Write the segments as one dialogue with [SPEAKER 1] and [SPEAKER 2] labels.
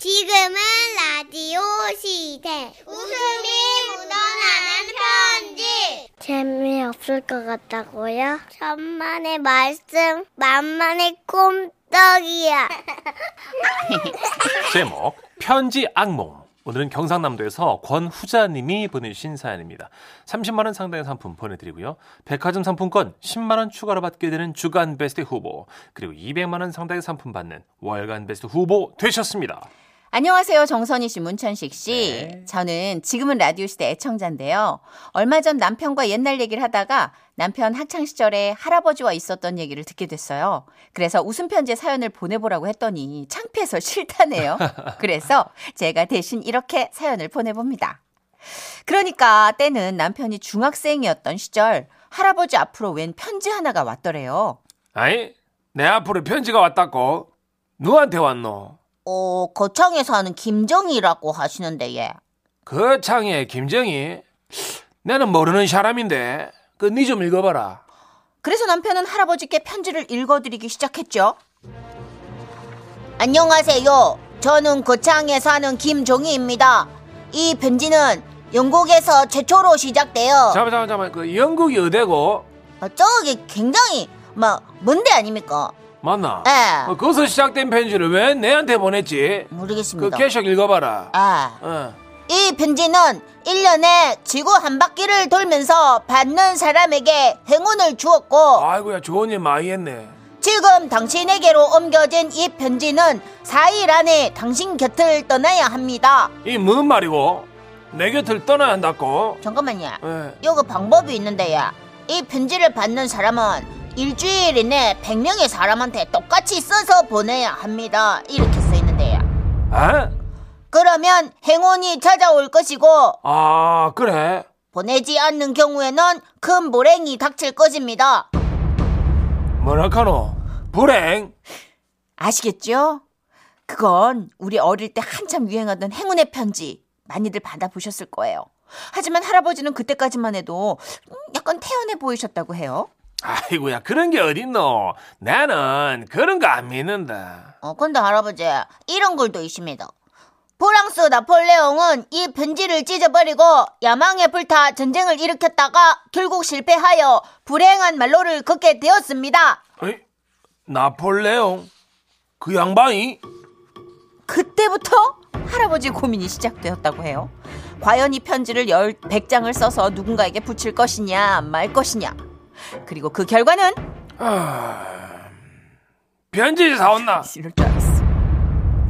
[SPEAKER 1] 지금은 라디오 시대. 웃음이 묻어나는 편지. 재미없을 것 같다고요? 천만의 말씀, 만만의 꼼떡이야.
[SPEAKER 2] 제목 편지 악몽 오늘은 경상남도에서 권후자님이 보내주신 사연입니다 30만원 상당의 상품 보내드리고요 백화점 상품권 10만원 추가로 받게 되는 주간 베스트 후보 그리고 200만원 상당의 상품 받는 월간 베스트 후보 되셨습니다
[SPEAKER 3] 안녕하세요. 정선희 씨, 문천식 씨. 저는 지금은 라디오 시대 애청자인데요. 얼마 전 남편과 옛날 얘기를 하다가 남편 학창 시절에 할아버지와 있었던 얘기를 듣게 됐어요. 그래서 웃음 편지 사연을 보내보라고 했더니 창피해서 싫다네요. 그래서 제가 대신 이렇게 사연을 보내봅니다. 그러니까 때는 남편이 중학생이었던 시절 할아버지 앞으로 웬 편지 하나가 왔더래요.
[SPEAKER 2] 아이 내 앞으로 편지가 왔다고 누구한테 왔노?
[SPEAKER 3] 어, 거창에 사는 김정이라고 하시는데 예.
[SPEAKER 2] 그 창에 김정희 나는 모르는 사람인데 그 니 좀 읽어봐라
[SPEAKER 3] 그래서 남편은 할아버지께 편지를 읽어드리기 시작했죠. 안녕하세요. 저는 거창에 사는 김종희입니다. 이 편지는 영국에서 최초로 시작돼요.
[SPEAKER 2] 잠깐만 잠깐만 잠깐만 그 영국이 어디고
[SPEAKER 3] 어, 저기 굉장히 막 뭔데 아닙니까?
[SPEAKER 2] 맞나?
[SPEAKER 3] 예.
[SPEAKER 2] 어, 거기서 시작된 편지를 왜 내한테 보냈지? 그
[SPEAKER 3] 모르겠습니다.
[SPEAKER 2] 계속 읽어봐라.
[SPEAKER 3] 아,
[SPEAKER 2] 어.
[SPEAKER 3] 이 편지는 1년에 지구 한 바퀴를 돌면서 받는 사람에게 행운을 주었고
[SPEAKER 2] 아이고야 좋은 일 많이 했네.
[SPEAKER 3] 지금 당신에게로 옮겨진 이 편지는 4일 안에 당신 곁을 떠나야 합니다.
[SPEAKER 2] 이 무슨 말이고? 내 곁을 떠나야 한다고?
[SPEAKER 3] 잠깐만요.
[SPEAKER 2] 예.
[SPEAKER 3] 요거 방법이 있는데요. 이 편지를 받는 사람은 일주일 이내 100명의 사람한테 똑같이 써서 보내야 합니다. 이렇게 써 있는데요.
[SPEAKER 2] 아?
[SPEAKER 3] 그러면 행운이 찾아올 것이고
[SPEAKER 2] 아 그래?
[SPEAKER 3] 보내지 않는 경우에는 큰 불행이 닥칠 것입니다.
[SPEAKER 2] 뭐라카노? 불행?
[SPEAKER 3] 아시겠죠? 그건 우리 어릴 때 한참 유행하던 행운의 편지 많이들 받아보셨을 거예요. 하지만 할아버지는 그때까지만 해도 음, 약간 태연해 보이셨다고 해요.
[SPEAKER 2] 아이고야 그런 게 어딨노? 나는 그런 거 안 믿는다.
[SPEAKER 3] 어, 근데 할아버지 이런 글도 있습니다. 프랑스 나폴레옹은 이 편지를 찢어버리고 야망에 불타 전쟁을 일으켰다가 결국 실패하여 불행한 말로를 걷게 되었습니다.
[SPEAKER 2] 어이? 나폴레옹? 그 양반이?
[SPEAKER 3] 그때부터 할아버지 고민이 시작되었다고 해요. 과연 이 편지를 열, 100장을 써서 누군가에게 붙일 것이냐 말 것이냐. 그리고 그 결과는
[SPEAKER 2] 편지 사온나?
[SPEAKER 3] 이럴 줄 알았어.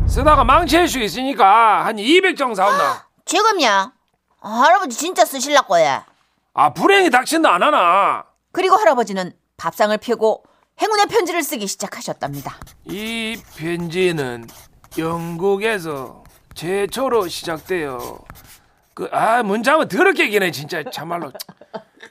[SPEAKER 2] 쓰다가 망칠 수 있으니까 한 200정 사온나?
[SPEAKER 3] 지금요. 아, 할아버지 진짜 쓰실라고 해.
[SPEAKER 2] 아 불행이 닥친다 안 하나?
[SPEAKER 3] 그리고 할아버지는 밥상을 펴고 행운의 편지를 쓰기 시작하셨답니다.
[SPEAKER 2] 이 편지는 영국에서 최초로 시작돼요. 그, 아, 문장은 더럽게 기네, 진짜. 참말로.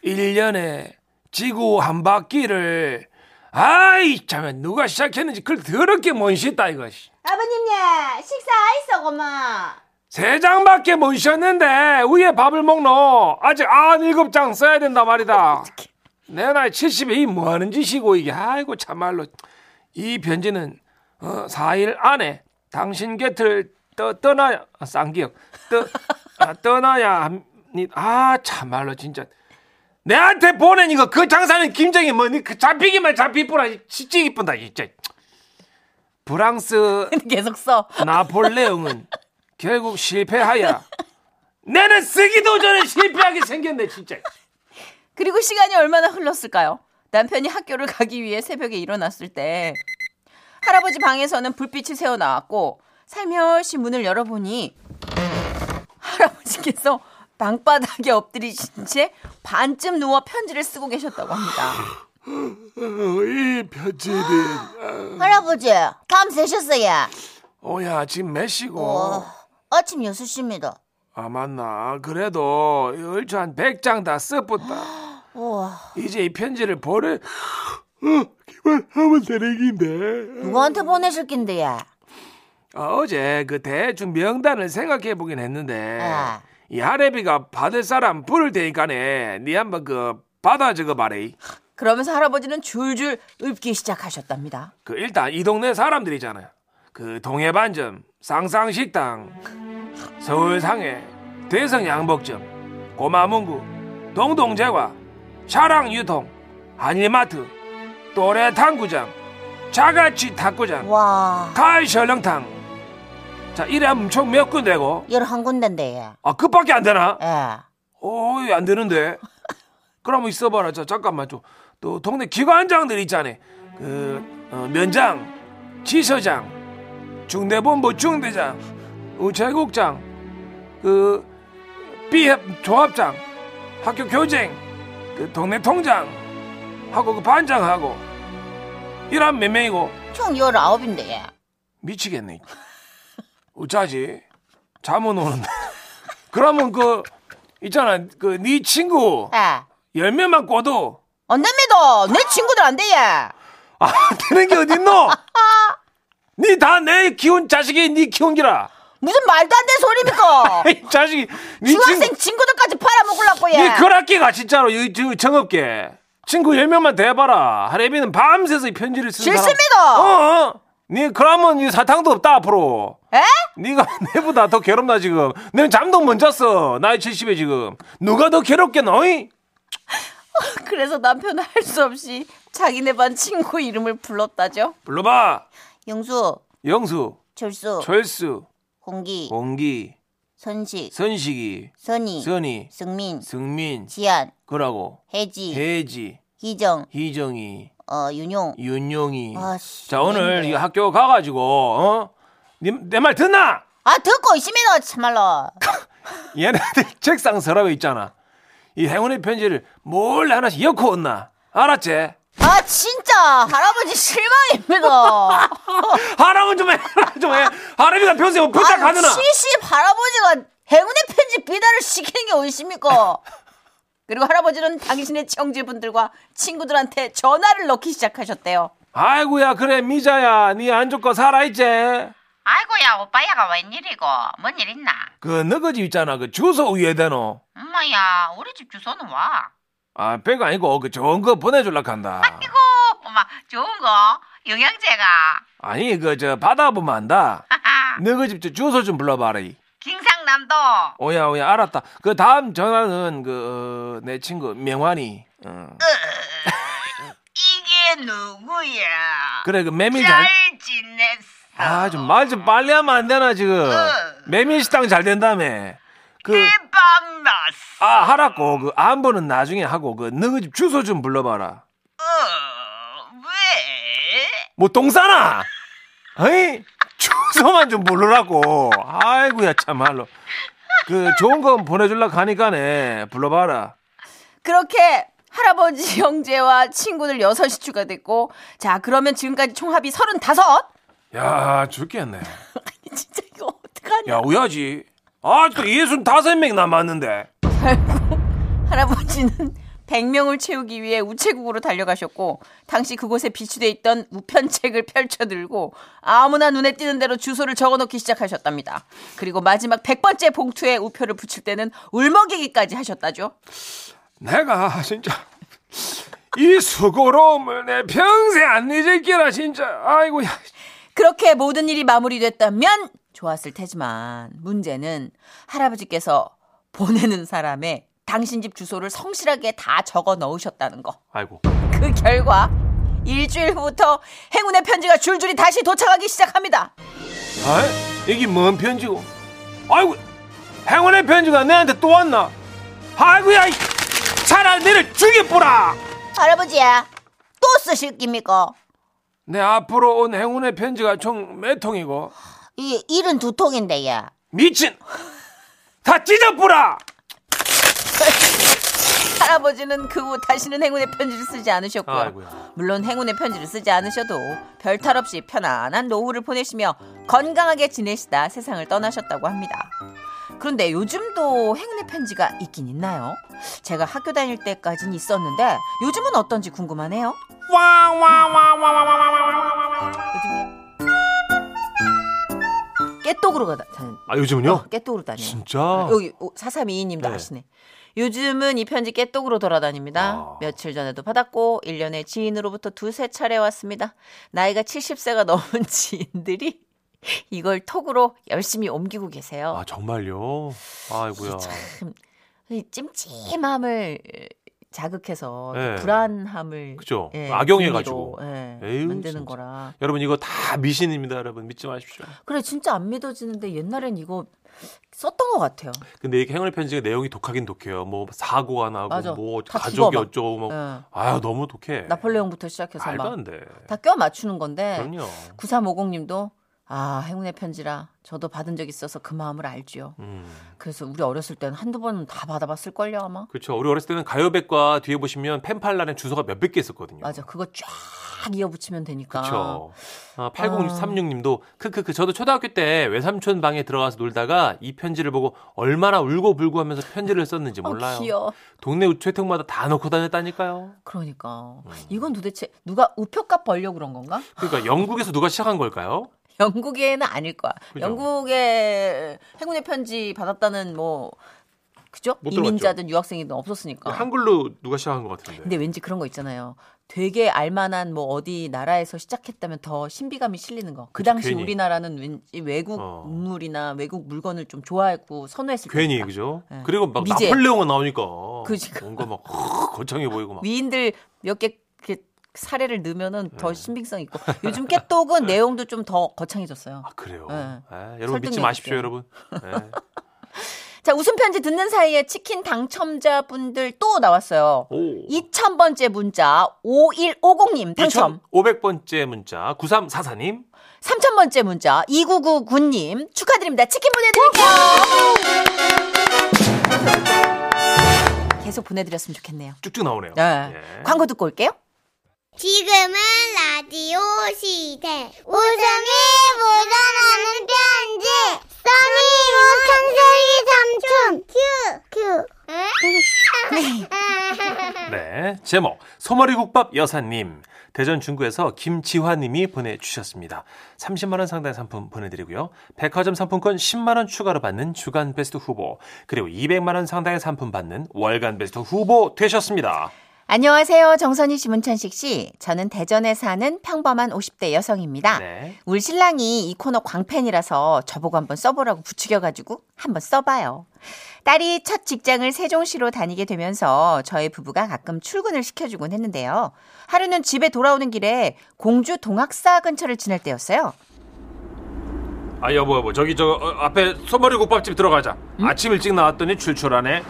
[SPEAKER 2] 1년에 지구 한 바퀴를. 아이, 참, 누가 시작했는지 그걸 더럽게 먼시다, 이거.
[SPEAKER 3] 아버님 예 식사 했어 고마.
[SPEAKER 2] 세 장밖에 먼셨는데, 위에 밥을 먹노. 아직 안 일곱 장 써야 된다 말이다. 내 나이 70에 이 뭐 하는 짓이고, 이게. 아이고, 참말로. 이 편지는 어, 4일 안에 당신 곁을 떠, 떠나야 아, 쌍기역 떠, 아, 떠나야 합니다. 아 참말로 진짜 내한테 보낸 이거 그 장사는 김정이 뭐니 그 잡히기만 잡힐 뿐아 진짜 이쁜다 진짜 프랑스
[SPEAKER 3] 계속 써.
[SPEAKER 2] 나폴레옹은 결국 실패하여 내는 쓰기도 전에 실패하게 생겼네 진짜
[SPEAKER 3] 그리고 시간이 얼마나 흘렀을까요? 남편이 학교를 가기 위해 새벽에 일어났을 때 할아버지 방에서는 불빛이 새어 나왔고 살며시 문을 열어보니 할아버지께서 방바닥에 엎드리신 채 반쯤 누워 편지를 쓰고 계셨다고 합니다.
[SPEAKER 2] 이 편지는
[SPEAKER 3] 할아버지, 밤 새셨어요?
[SPEAKER 2] 오야 지금 몇 시고
[SPEAKER 3] 아침 6시입니다.
[SPEAKER 2] 아 맞나 그래도 얼추 한 100장 다 써붙다 이제 이 편지를 보를 어, 기만하면 되는 긴데
[SPEAKER 3] 누구한테 보내실 긴데요?
[SPEAKER 2] 아, 어제 그 대충 명단을 생각해 보긴 했는데
[SPEAKER 3] 아.
[SPEAKER 2] 이 하래비가 받을 사람 부를 테니까네 니 한번 그 받아 적어 봐래
[SPEAKER 3] 그러면서 할아버지는 줄줄 읊기 시작하셨답니다.
[SPEAKER 2] 그 일단 이 동네 사람들이잖아요 그 동해반점, 쌍쌍식당, 서울상해, 대성양복점, 고마문구, 동동제과, 차량유통, 한일마트, 또래탕구장, 자가치 탁구장,
[SPEAKER 3] 와,
[SPEAKER 2] 가을설렁탕. 자, 이래 엄청 몇 군데고.
[SPEAKER 3] 열한 군데인데.
[SPEAKER 2] 아, 끝밖에 안 되나?
[SPEAKER 3] 예.
[SPEAKER 2] 어이, 안 되는데. 그럼 있어봐라. 자, 잠깐만 좀. 또 동네 기관장들 있잖아. 그 어, 면장, 지서장, 중대본부 중대장, 우체국장, 그 비협 조합장, 학교 교생, 그 동네 통장, 하고 그 반장하고 이란 몇 명이고
[SPEAKER 3] 총 열아홉인데.
[SPEAKER 2] 미치겠네. 어쩌지? 잠은 오는데. 그러면 그 있잖아 그 네 친구
[SPEAKER 3] 예.
[SPEAKER 2] 열 명만 꿔도
[SPEAKER 3] 안 됩니다. 내 친구들 안 돼, 예.
[SPEAKER 2] 안 아, 되는 게 어딨노? 니 다 내 키운 자식이 니 키운 기라.
[SPEAKER 3] 무슨 말도 안 되는 소리입니까?
[SPEAKER 2] 이 자식이 니
[SPEAKER 3] 중학생 친구들까지 팔아먹으려고, 예.
[SPEAKER 2] 니 그라키가 진짜로 이 저, 정업계 친구 열 명만 대봐라. 하레비는 밤새서 이 편지를 쓰는 사람.
[SPEAKER 3] 싫습니다.
[SPEAKER 2] 어, 어. 니 그러면 이 사탕도 없다 앞으로.
[SPEAKER 3] 예?
[SPEAKER 2] 네가 내보다 더 괴롭나 지금. 내 잠도 못 잤어. 나이 70에 지금. 누가 더 괴롭겠노? 이?
[SPEAKER 3] 그래서 남편은 할 수 없이 자기네 반 친구 이름을 불렀다죠.
[SPEAKER 2] 불러봐.
[SPEAKER 3] 영수,
[SPEAKER 2] 영수,
[SPEAKER 3] 철수,
[SPEAKER 2] 철수,
[SPEAKER 3] 공기,
[SPEAKER 2] 공기,
[SPEAKER 3] 선식,
[SPEAKER 2] 선식이,
[SPEAKER 3] 선이,
[SPEAKER 2] 선이,
[SPEAKER 3] 승민,
[SPEAKER 2] 승민,
[SPEAKER 3] 지안,
[SPEAKER 2] 그라고,
[SPEAKER 3] 혜지,
[SPEAKER 2] 혜지,
[SPEAKER 3] 희정,
[SPEAKER 2] 희정이,
[SPEAKER 3] 어, 윤용.
[SPEAKER 2] 윤용이.
[SPEAKER 3] 아씨,
[SPEAKER 2] 자 오늘
[SPEAKER 3] 힘들어요.
[SPEAKER 2] 이 학교 가가지고 어? 내 말 듣나?
[SPEAKER 3] 아 듣고 있습니다 참말로. 아,
[SPEAKER 2] 얘네들 책상 서랍에 있잖아. 이 행운의 편지를 몰래 하나씩 엮어 온나. 알았지?
[SPEAKER 3] 아 진짜 할아버지 실망입니다.
[SPEAKER 2] 하라면 좀 해, 하라면 좀 해. 하람이가 평소에 뭐 부탁하느나.
[SPEAKER 3] 아, 시시 할아버지가 행운의 편지 배달을 시키는 게 어디 있습니까? 그리고 할아버지는 당신의 청지분들과 친구들한테 전화를 넣기 시작하셨대요.
[SPEAKER 2] 아이고야 그래 미자야 니 안 좋고 살아있지
[SPEAKER 4] 아이고야 오빠야가 웬일이고 뭔 일 있나?
[SPEAKER 2] 그 너그 집 있잖아 그 주소 위에 대노
[SPEAKER 4] 엄마야 우리 집 주소는 와.
[SPEAKER 2] 아 배가 아니고 그 좋은 거 보내줄라 한다
[SPEAKER 4] 이거 엄마 좋은 거 영양제가.
[SPEAKER 2] 아니 그 저 받아보면 안다
[SPEAKER 4] 하하.
[SPEAKER 2] 너그 집저 주소 좀 불러봐라 이.
[SPEAKER 4] 경상남도.
[SPEAKER 2] 오야 오야 알았다 그 다음 전화는 그 내 친구 명환이 어.
[SPEAKER 4] 이게 누구야?
[SPEAKER 2] 그래 그 메밀
[SPEAKER 4] 잘 지냈어.
[SPEAKER 2] 잘아좀 말 좀 빨리 하면 안 되나 지금 메밀 식당 잘 된다며 그
[SPEAKER 4] 대박 났어.
[SPEAKER 2] 아 하라고 그 안부는 나중에 하고 그 너그 집 주소 좀 불러봐라
[SPEAKER 4] 어, 왜?
[SPEAKER 2] 뭐 똥싸나? 에이? 주소만 좀 부르라고. 아이고야 참말로. 그 좋은 거 보내줄라 가니까네. 불러봐라.
[SPEAKER 3] 그렇게 할아버지 형제와 친구들 여섯이 추가됐고 자 그러면 지금까지 총 합이 35
[SPEAKER 2] 야 죽겠네.
[SPEAKER 3] 아니 진짜 이거 어떡하냐
[SPEAKER 2] 야 우야지. 아직도 예순 다섯 명 남았는데.
[SPEAKER 3] 결국 할아버지는 100명을 채우기 위해 우체국으로 달려가셨고 당시 그곳에 비치돼 있던 우편책을 펼쳐들고 아무나 눈에 띄는 대로 주소를 적어놓기 시작하셨답니다. 그리고 마지막 100번째 봉투에 우표를 붙일 때는 울먹이기까지 하셨다죠.
[SPEAKER 2] 내가 진짜 이 수고로움을 내 평생 안 잊을게라 진짜. 아이고야.
[SPEAKER 3] 그렇게 모든 일이 마무리됐다면 좋았을 테지만 문제는 할아버지께서 보내는 사람의 당신 집 주소를 성실하게 다 적어 넣으셨다는 거.
[SPEAKER 2] 아이고.
[SPEAKER 3] 그 결과 일주일 후부터 행운의 편지가 줄줄이 다시 도착하기 시작합니다.
[SPEAKER 2] 아이 이게 뭔 편지고? 아이고 행운의 편지가 내한테 또 왔나? 아이고야. 이 차라리 너를 죽여보라.
[SPEAKER 3] 할아버지야, 또 쓰실 깁니까?
[SPEAKER 2] 내 앞으로 온 행운의 편지가 총 몇 통이고
[SPEAKER 3] 이 일은 두 통인데 야.
[SPEAKER 2] 미친 다 찢어뿌라
[SPEAKER 3] 할아버지는 그 후 다시는 행운의 편지를 쓰지 않으셨고요.
[SPEAKER 2] 아이고야.
[SPEAKER 3] 물론 행운의 편지를 쓰지 않으셔도 별탈 없이 편안한 노후를 보내시며 건강하게 지내시다 세상을 떠나셨다고 합니다. 그런데 요즘도 행운의 편지가 있긴 있나요? 제가 학교 다닐 때까진 있었는데 요즘은 어떤지 궁금하네요.
[SPEAKER 2] 와와와와와와와아
[SPEAKER 3] 요즘 깨똑으로 가다 다니-
[SPEAKER 2] 아, 요즘은요?
[SPEAKER 3] 깨똑으로 다녀요. 아,
[SPEAKER 2] 진짜?
[SPEAKER 3] 여기 4322님도
[SPEAKER 2] 네.
[SPEAKER 3] 아시네. 요즘은 이 편지 깨똑으로 돌아다닙니다.
[SPEAKER 2] 아.
[SPEAKER 3] 며칠 전에도 받았고 1년에 지인으로부터 두세 차례 왔습니다. 나이가 70세가 넘은 지인들이
[SPEAKER 5] 이걸 톡으로 열심히 옮기고 계세요.
[SPEAKER 3] 아 정말요? 아이고야.
[SPEAKER 5] 이 찜찜함을 자극해서
[SPEAKER 3] 예.
[SPEAKER 5] 불안함을
[SPEAKER 3] 그죠?
[SPEAKER 5] 예,
[SPEAKER 3] 악용해가지고.
[SPEAKER 5] 의미로, 예,
[SPEAKER 3] 에휴,
[SPEAKER 5] 만드는
[SPEAKER 3] 진짜.
[SPEAKER 5] 거라.
[SPEAKER 3] 여러분 이거 다 미신입니다, 여러분 믿지 마십시오.
[SPEAKER 5] 그래 진짜 안 믿어지는데 옛날엔 이거 썼던 것 같아요.
[SPEAKER 3] 근데 이게 행운의 편지가 내용이 독하긴 독해요. 뭐 사고가 나고
[SPEAKER 5] 맞아.
[SPEAKER 3] 뭐
[SPEAKER 5] 다
[SPEAKER 3] 가족이
[SPEAKER 5] 죽어, 막.
[SPEAKER 3] 어쩌고 막.
[SPEAKER 5] 예.
[SPEAKER 3] 아유 너무 독해.
[SPEAKER 5] 나폴레옹부터 시작해서
[SPEAKER 3] 말도 안 돼.
[SPEAKER 5] 막 다 껴 맞추는 건데
[SPEAKER 3] 그럼요.
[SPEAKER 5] 9350님도 아 행운의 편지라 저도 받은 적 있어서 그 마음을 알지요.
[SPEAKER 3] 음.
[SPEAKER 5] 그래서 우리 어렸을 때는 한두 번은 다 받아봤을 걸요 아마.
[SPEAKER 3] 그렇죠. 우리 어렸을 때는 가요백과 뒤에 보시면 펜팔란의 주소가 몇백 개 있었거든요.
[SPEAKER 5] 맞아 그거 쫙 이어붙이면 되니까.
[SPEAKER 3] 그렇죠. 아, 8036님도 크크크 저도 초등학교 때 외삼촌 방에 들어가서 놀다가 이 편지를 보고 얼마나 울고불고 하면서 편지를 썼는지
[SPEAKER 5] 어,
[SPEAKER 3] 몰라요.
[SPEAKER 5] 귀여워.
[SPEAKER 3] 동네 우체통마다 다 넣고 다녔다니까요.
[SPEAKER 5] 그러니까
[SPEAKER 3] 음.
[SPEAKER 5] 이건 도대체 누가 우표값 벌려 그런 건가?
[SPEAKER 3] 그러니까 영국에서 누가 시작한 걸까요?
[SPEAKER 5] 영국에는 아닐 거야.
[SPEAKER 3] 그죠.
[SPEAKER 5] 영국에 행운의 편지 받았다는 뭐 그죠?
[SPEAKER 3] 못 들어봤죠.
[SPEAKER 5] 이민자든 유학생이든 없었으니까.
[SPEAKER 3] 한글로 누가 시작한 것 같은데.
[SPEAKER 5] 근데 왠지 그런 거 있잖아요. 되게 알만한 뭐 어디 나라에서 시작했다면 더 신비감이 실리는 거. 그
[SPEAKER 3] 그쵸,
[SPEAKER 5] 당시
[SPEAKER 3] 괜히.
[SPEAKER 5] 우리나라는 왠지 외국
[SPEAKER 3] 어.
[SPEAKER 5] 문물이나 외국 물건을 좀 좋아하고 선호했을
[SPEAKER 3] 괜히
[SPEAKER 5] 거니까.
[SPEAKER 3] 그죠?
[SPEAKER 5] 네.
[SPEAKER 3] 그리고 막
[SPEAKER 5] 미제.
[SPEAKER 3] 나폴레옹은 나오니까
[SPEAKER 5] 그러니까.
[SPEAKER 3] 뭔가 막 허, 거창해 보이고 막
[SPEAKER 5] 위인들 몇 개 이렇게 사례를 넣으면은
[SPEAKER 3] 음.
[SPEAKER 5] 더 신빙성 있고 요즘 깨똑은 내용도 좀 더 거창해졌어요.
[SPEAKER 3] 아, 그래요.
[SPEAKER 5] 네.
[SPEAKER 3] 아, 여러분 믿지
[SPEAKER 5] 설득력
[SPEAKER 3] 마십시오,
[SPEAKER 5] 있게.
[SPEAKER 3] 여러분. 네.
[SPEAKER 5] 자, 웃음 편지 듣는 사이에 치킨 당첨자분들 또 나왔어요.
[SPEAKER 3] 오.
[SPEAKER 5] 2000번째 문자 5150님 당첨.
[SPEAKER 3] 2,500번째 문자 9344님
[SPEAKER 5] 3000번째 문자 2999님 축하드립니다. 치킨 보내드릴게요. 계속 보내드렸으면 좋겠네요.
[SPEAKER 3] 쭉쭉 나오네요.
[SPEAKER 5] 네.
[SPEAKER 3] 예.
[SPEAKER 5] 광고 듣고 올게요.
[SPEAKER 1] 지금은 라디오 시대. 웃음이 묻어나는 편지. 써니 우천세기 삼촌. 큐. 큐.
[SPEAKER 3] 네. 제목 소머리국밥 여사님 대전 중구에서 김지화님이 보내주셨습니다. 30만 원 상당의 상품 보내드리고요. 백화점 상품권 10만 원 추가로 받는 주간 베스트 후보 그리고 200만 원 상당의 상품 받는 월간 베스트 후보 되셨습니다.
[SPEAKER 5] 안녕하세요. 정선희 씨, 문천식 씨. 저는 대전에 사는 평범한 50대 여성입니다.
[SPEAKER 3] 네.
[SPEAKER 5] 우리 신랑이 이 코너 광팬이라서 저보고 한번 써보라고 부추겨가지고 한번 써봐요. 딸이 첫 직장을 세종시로 다니게 되면서 저희 부부가 가끔 출근을 시켜주곤 했는데요. 하루는 집에 돌아오는 길에 공주 동학사 근처를 지날 때였어요.
[SPEAKER 2] 아 여보 여보 저기 저 어, 앞에 소머리국밥집 들어가자. 아침 일찍 나왔더니 출출하네.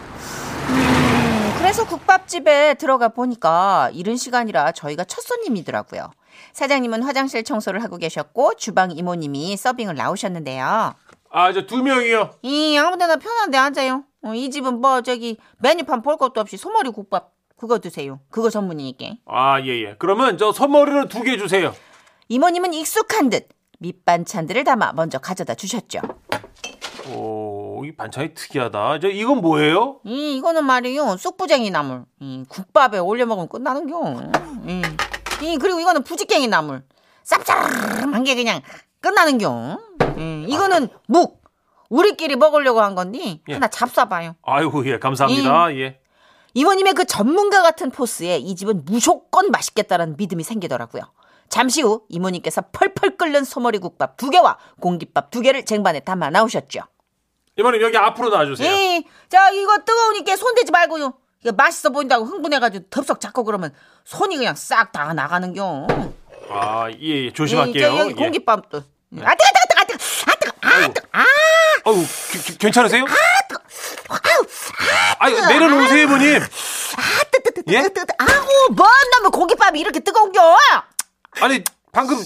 [SPEAKER 5] 그래서 국밥집에 들어가 보니까 이른 시간이라 저희가 첫 손님이더라고요. 사장님은 화장실 청소를 하고 계셨고 주방 이모님이 서빙을 나오셨는데요.
[SPEAKER 2] 아 저 두 명이요.
[SPEAKER 5] 이 아무데나 편한 데 앉아요. 어, 이 집은 뭐 저기 메뉴판 볼 것도 없이 소머리 국밥 그거 드세요. 그거 전문이니까.
[SPEAKER 2] 아 예예. 그러면 저 소머리로 두 개 주세요.
[SPEAKER 5] 이모님은 익숙한 듯 밑반찬들을 담아 먼저 가져다 주셨죠.
[SPEAKER 3] 오, 이 반찬이 특이하다.
[SPEAKER 2] 아 저 이건 뭐예요?
[SPEAKER 5] 이 이거는 말이요 쑥부쟁이 나물. 이 국밥에 올려 먹으면 끝나는겨. 이, 이 그리고 이거는 부지깽이 나물. 쌉싸름한 게 그냥 끝나는겨. 이, 이거는 묵. 우리끼리 먹으려고 한 건데
[SPEAKER 3] 예.
[SPEAKER 5] 하나 잡숴봐요.
[SPEAKER 3] 아이고 예 감사합니다. 예.
[SPEAKER 5] 이모님의 그 전문가 같은 포스에 이 집은 무조건 맛있겠다라는 믿음이 생기더라고요. 잠시 후 이모님께서 펄펄 끓는 소머리 국밥 두 개와 공깃밥 두 개를 쟁반에 담아 나오셨죠.
[SPEAKER 2] 이번에 여기 앞으로 놔주세요.
[SPEAKER 5] 예, 자 이거 뜨거우니까 손대지 말고요. 이거 맛있어 보인다고 흥분해가지고 덥석 잡고 그러면 손이 그냥 싹 다 나가는겨.
[SPEAKER 2] 아 예, 예.
[SPEAKER 5] 예, 저
[SPEAKER 2] 조심할게요.
[SPEAKER 5] 여기
[SPEAKER 2] 예.
[SPEAKER 5] 공깃밥도. 아 뜨거 뜨거 뜨거 아 뜨거 아 뜨거 아
[SPEAKER 2] 아유 기- 기- 괜찮으세요? 아유 내려놓으세요 이모님.
[SPEAKER 5] 아, 뜨거 뜨거
[SPEAKER 2] 예?
[SPEAKER 5] 뜨거 뜨거 아우 뭔 놈의 공깃밥이 이렇게 뜨거운겨.
[SPEAKER 2] 아니 방금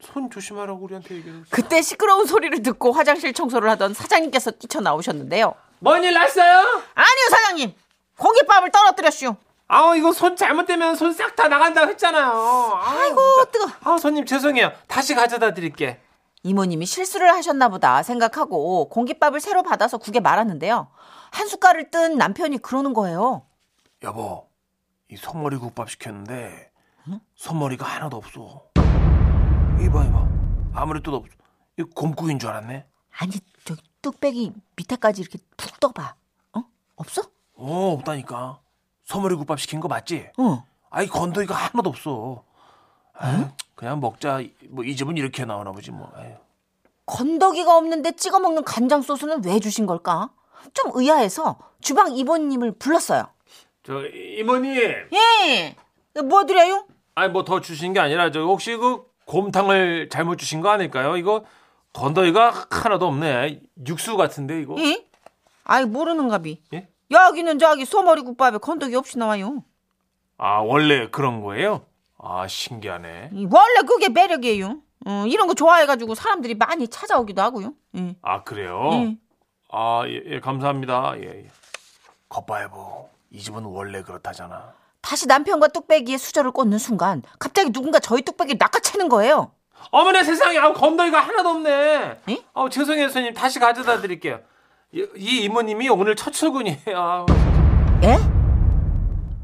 [SPEAKER 2] 손 조심하라고 우리한테 얘기해.
[SPEAKER 5] 그때 시끄러운 소리를 듣고 화장실 청소를 하던 사장님께서 뛰쳐나오셨는데요.
[SPEAKER 2] 뭔일 났어요?
[SPEAKER 5] 아니요, 사장님. 공깃밥을 떨어뜨렸슈.
[SPEAKER 2] 아우 이거 손 잘못되면 손 싹 다 나간다고 했잖아요. 아이고
[SPEAKER 5] 뜨거.
[SPEAKER 2] 아우 손님 죄송해요. 다시 가져다 드릴게.
[SPEAKER 5] 이모님이 실수를 하셨나 보다 생각하고 공깃밥을 새로 받아서 국에 말았는데요. 한 숟갈을 뜬 남편이 그러는 거예요.
[SPEAKER 2] 여보 이 소머리 국밥 시켰는데 소머리가 하나도 없어. 이봐 이봐 아무리 뜯어 이 곰국인 줄 알았네.
[SPEAKER 5] 아니, 저기 뚝배기 밑에까지 이렇게 푹 떠봐. 어? 없어?
[SPEAKER 2] 어 없다니까. 소머리 국밥 시킨 거 맞지?
[SPEAKER 5] 어.
[SPEAKER 2] 아이 건더기가 하나도 아, 없어. 아유, 그냥 먹자. 뭐 이 집은 이렇게 나오나 보지 뭐. 아유.
[SPEAKER 5] 건더기가 없는데 찍어 먹는 간장 소스는 왜 주신 걸까? 좀 의아해서 주방 이모님을 불렀어요.
[SPEAKER 2] 저 이모님,
[SPEAKER 5] 예. 뭐 드려요?
[SPEAKER 2] 아니 뭐 더 주신 게 아니라 저 혹시 그 곰탕을 잘못 주신 거 아닐까요? 이거 건더기가 하나도 없네. 육수 같은데 이거.
[SPEAKER 5] 예? 아이 모르는가비.
[SPEAKER 2] 예?
[SPEAKER 5] 여기는 저기 소머리 국밥에 건더기 없이 나와요.
[SPEAKER 2] 아 원래 그런 거예요? 아 신기하네.
[SPEAKER 5] 이 원래 그게 매력이에요. 어, 이런 거 좋아해가지고 사람들이 많이 찾아오기도 하고요. 예.
[SPEAKER 2] 아 그래요?
[SPEAKER 5] 예.
[SPEAKER 2] 아 예, 예, 감사합니다. 예. 예. 겉바해보. 이 집은 원래 그렇다잖아.
[SPEAKER 5] 다시 남편과 뚝배기의 수저를 꽂는 순간 갑자기 누군가 저희 뚝배기를 낚아채는 거예요.
[SPEAKER 2] 어머나 세상에 아 건더기가 하나도 없네.
[SPEAKER 5] 예?
[SPEAKER 2] 아 죄송해요 선생님 다시 가져다 드릴게요. 이, 이 이모님이 오늘 첫 출근이에요. 아우.
[SPEAKER 5] 예?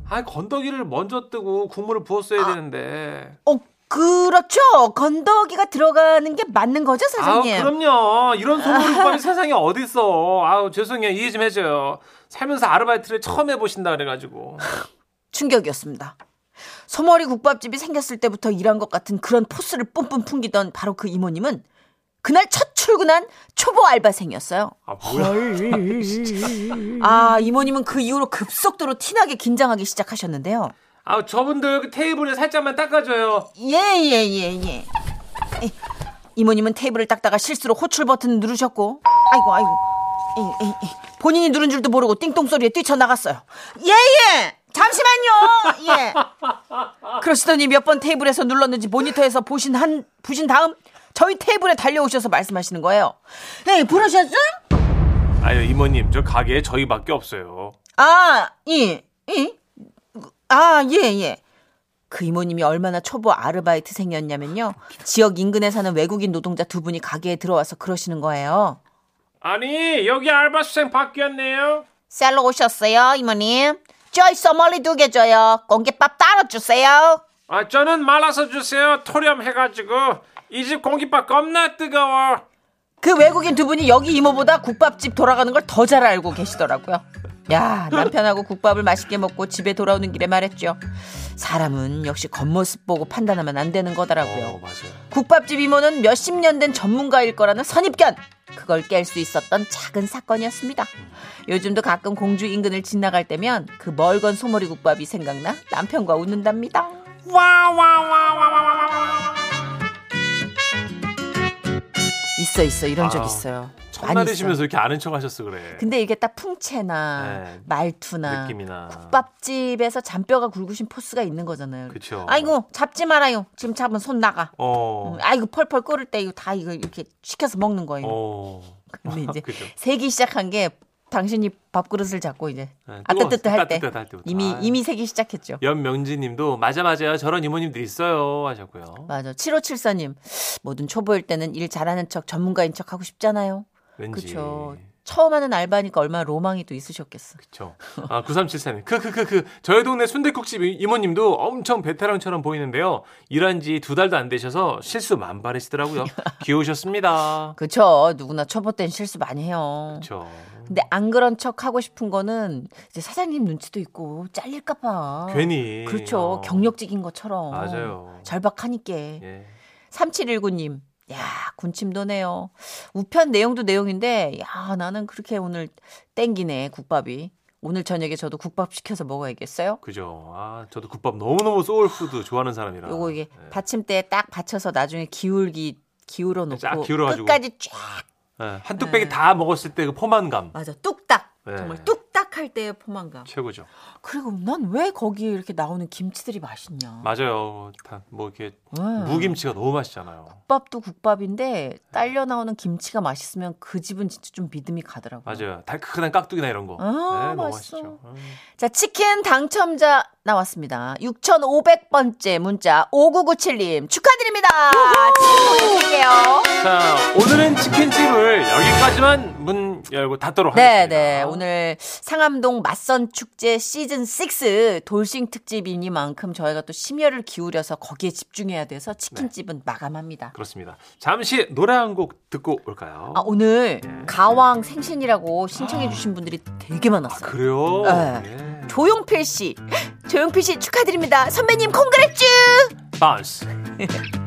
[SPEAKER 2] 아 건더기를 먼저 뜨고 국물을 부었어야 되는데.
[SPEAKER 5] 어, 그렇죠. 건더기가 들어가는 게 맞는 거죠, 사장님?
[SPEAKER 2] 아 그럼요. 이런 소머리국밥이 세상에 어디 있어. 아우 죄송해요 이해 좀 해줘요. 살면서 아르바이트를 처음 해보신다 그래가지고.
[SPEAKER 5] 충격이었습니다. 소머리 국밥집이 생겼을 때부터 일한 것 같은 그런 포스를 뿜뿜 풍기던 바로 그 이모님은 그날 첫 출근한 초보 알바생이었어요.
[SPEAKER 2] 아 뭐야?
[SPEAKER 5] 아, 이모님은 그 이후로 급속도로 티나게 긴장하기 시작하셨는데요.
[SPEAKER 2] 아 저분들 그 테이블에 살짝만 닦아줘요.
[SPEAKER 5] 예, 예, 예, 예. 에이, 이모님은 테이블을 닦다가 실수로 호출 버튼을 누르셨고, 아이고, 아이고. 에이, 에이, 에이. 본인이 누른 줄도 모르고 띵동 소리에 뛰쳐나갔어요. 예, 예! 잠시만요! 예. 그러시더니 몇 번 테이블에서 눌렀는지 모니터에서 보신 한, 보신 다음 저희 테이블에 달려오셔서 말씀하시는 거예요. 예, 부르셨음?
[SPEAKER 2] 아유 이모님 저 가게에 저희밖에 없어요.
[SPEAKER 5] 아, 예, 예. 아, 예, 예. 그 이모님이 얼마나 초보 아르바이트생이었냐면요. 지역 인근에 사는 외국인 노동자 두 분이 가게에 들어와서 그러시는 거예요.
[SPEAKER 2] 아니 여기 알바 수생 바뀌었네요.
[SPEAKER 5] 쌀로 오셨어요, 이모님? 저희 써멀리 두 개 줘요. 공깃밥 따로 주세요.
[SPEAKER 2] 아 저는 말아서 주세요. 토렴 해가지고 이 집 공깃밥 겁나 뜨거워.
[SPEAKER 5] 그 외국인 두 분이 여기 이모보다 국밥집 돌아가는 걸 더 잘 알고 계시더라고요. 야, 남편하고 국밥을 맛있게 먹고 집에 돌아오는 길에 말했죠. 사람은 역시 겉모습 보고 판단하면 안 되는 거더라고요.
[SPEAKER 2] 맞아요.
[SPEAKER 5] 국밥집 이모는 몇십 년 된 전문가일 거라는 선입견. 그걸 깰 수 있었던 작은 사건이었습니다. 요즘도 가끔 공주 인근을 지나갈 때면 그 멀건 소머리 국밥이 생각나 남편과 웃는답니다. 있어 있어 이런 적
[SPEAKER 2] 아우,
[SPEAKER 5] 있어요. 많이 있어.
[SPEAKER 2] 첫날이시면서 이렇게 아는 척하셨어 그래.
[SPEAKER 5] 근데 이게 딱 풍채나
[SPEAKER 2] 네.
[SPEAKER 5] 말투나
[SPEAKER 2] 느낌이나.
[SPEAKER 5] 국밥집에서 잔뼈가 굵으신 포스가 있는 거잖아요.
[SPEAKER 2] 그쵸.
[SPEAKER 5] 아이고 잡지 말아요. 지금 잡으면 손 나가.
[SPEAKER 2] 어.
[SPEAKER 5] 음, 아이고 펄펄 끓을 때 이거 다 이거 이렇게 시켜서 먹는 거예요.
[SPEAKER 2] 어.
[SPEAKER 5] 근데 이제
[SPEAKER 2] 그죠.
[SPEAKER 5] 세기 시작한 게 당신이 밥그릇을 잡고 이제
[SPEAKER 2] 네,
[SPEAKER 5] 아뜨뜨뜨
[SPEAKER 2] 뜨거웠-
[SPEAKER 5] 할 때
[SPEAKER 2] 따뜻할 때부터.
[SPEAKER 5] 이미
[SPEAKER 2] 아유. 예.
[SPEAKER 5] 이미 세기 시작했죠.
[SPEAKER 2] 연명지님도 맞아 맞아요. 저런 이모님들 있어요 하셨고요.
[SPEAKER 5] 맞아. 7574님. 뭐든 초보일 때는 일 잘하는 척 전문가인 척 하고 싶잖아요.
[SPEAKER 2] 왠지.
[SPEAKER 5] 그렇죠. 처음 하는 알바니까 얼마나 로망이 또 있으셨겠어.
[SPEAKER 2] 그쵸. 아, 9374님. 크크크크. 그, 저희 동네 순대국집 이- 이모님도 엄청 베테랑처럼 보이는데요. 일한 지 두 달도 안 되셔서 실수 만발하시더라고요. 귀여우셨습니다.
[SPEAKER 5] 그쵸. 누구나 초보 땐 실수 많이 해요.
[SPEAKER 2] 그쵸.
[SPEAKER 5] 근데 안 그런 척 하고 싶은 거는 이제 사장님 눈치도 있고 잘릴까 봐.
[SPEAKER 2] 괜히.
[SPEAKER 5] 그렇죠.
[SPEAKER 2] 어.
[SPEAKER 5] 경력직인 것처럼.
[SPEAKER 2] 맞아요.
[SPEAKER 5] 절박하니까.
[SPEAKER 2] 예.
[SPEAKER 5] 3719님. 야, 군침도네요. 우편 내용도 내용인데, 야, 나는 그렇게 오늘 땡기네, 국밥이. 오늘 저녁에 저도 국밥 시켜서 먹어야겠어요?
[SPEAKER 2] 그죠. 아, 저도 국밥 너무너무 소울푸드 좋아하는 사람이라.
[SPEAKER 5] 요거 이게
[SPEAKER 2] 예.
[SPEAKER 5] 받침대에 딱 받쳐서 나중에 기울기, 기울어
[SPEAKER 2] 쫙
[SPEAKER 5] 놓고.
[SPEAKER 2] 기울어가지고.
[SPEAKER 5] 끝까지 쫙.
[SPEAKER 2] 예, 한 뚝배기 다 먹었을 때 그 포만감.
[SPEAKER 5] 맞아, 뚝딱.
[SPEAKER 2] 네.
[SPEAKER 5] 정말 뚝딱 할 때의 포만감.
[SPEAKER 2] 최고죠.
[SPEAKER 5] 그리고 난 왜 거기에 이렇게 나오는 김치들이 맛있냐.
[SPEAKER 2] 맞아요. 다, 뭐 이렇게
[SPEAKER 5] 음.
[SPEAKER 2] 무김치가 너무 맛있잖아요.
[SPEAKER 5] 국밥도 국밥인데, 딸려 나오는 김치가 맛있으면 그 집은 진짜 좀 믿음이 가더라고요.
[SPEAKER 2] 맞아요. 달큰한 깍두기나 이런 거. 예,
[SPEAKER 5] 아,
[SPEAKER 2] 너무
[SPEAKER 5] 맛있어.
[SPEAKER 2] 맛있죠. 음.
[SPEAKER 5] 자, 치킨 당첨자 나왔습니다. 6,500번째 문자 5997님 축하드립니다. 치킨 보내드릴게요.
[SPEAKER 2] 자, 오늘은 치킨집을 여기까지만 문 열고 닫도록
[SPEAKER 5] 네,
[SPEAKER 2] 하겠습니다.
[SPEAKER 5] 네. 오늘 상암동 맞선 축제 시즌 6 돌싱 특집이니만큼 저희가 또 심혈을 기울여서 거기에 집중해야 돼서
[SPEAKER 2] 네.
[SPEAKER 5] 치킨집은 마감합니다.
[SPEAKER 2] 그렇습니다. 잠시 노래 한 곡 듣고 올까요?
[SPEAKER 5] 아, 오늘
[SPEAKER 2] 네.
[SPEAKER 5] 가왕 생신이라고 신청해 주신 분들이 되게 많았어요.
[SPEAKER 2] 아, 그래요?
[SPEAKER 5] 네.
[SPEAKER 2] 예.
[SPEAKER 5] 조용필 씨. 조용필 씨 축하드립니다. 선배님 콩그레쥬!
[SPEAKER 2] 바운스.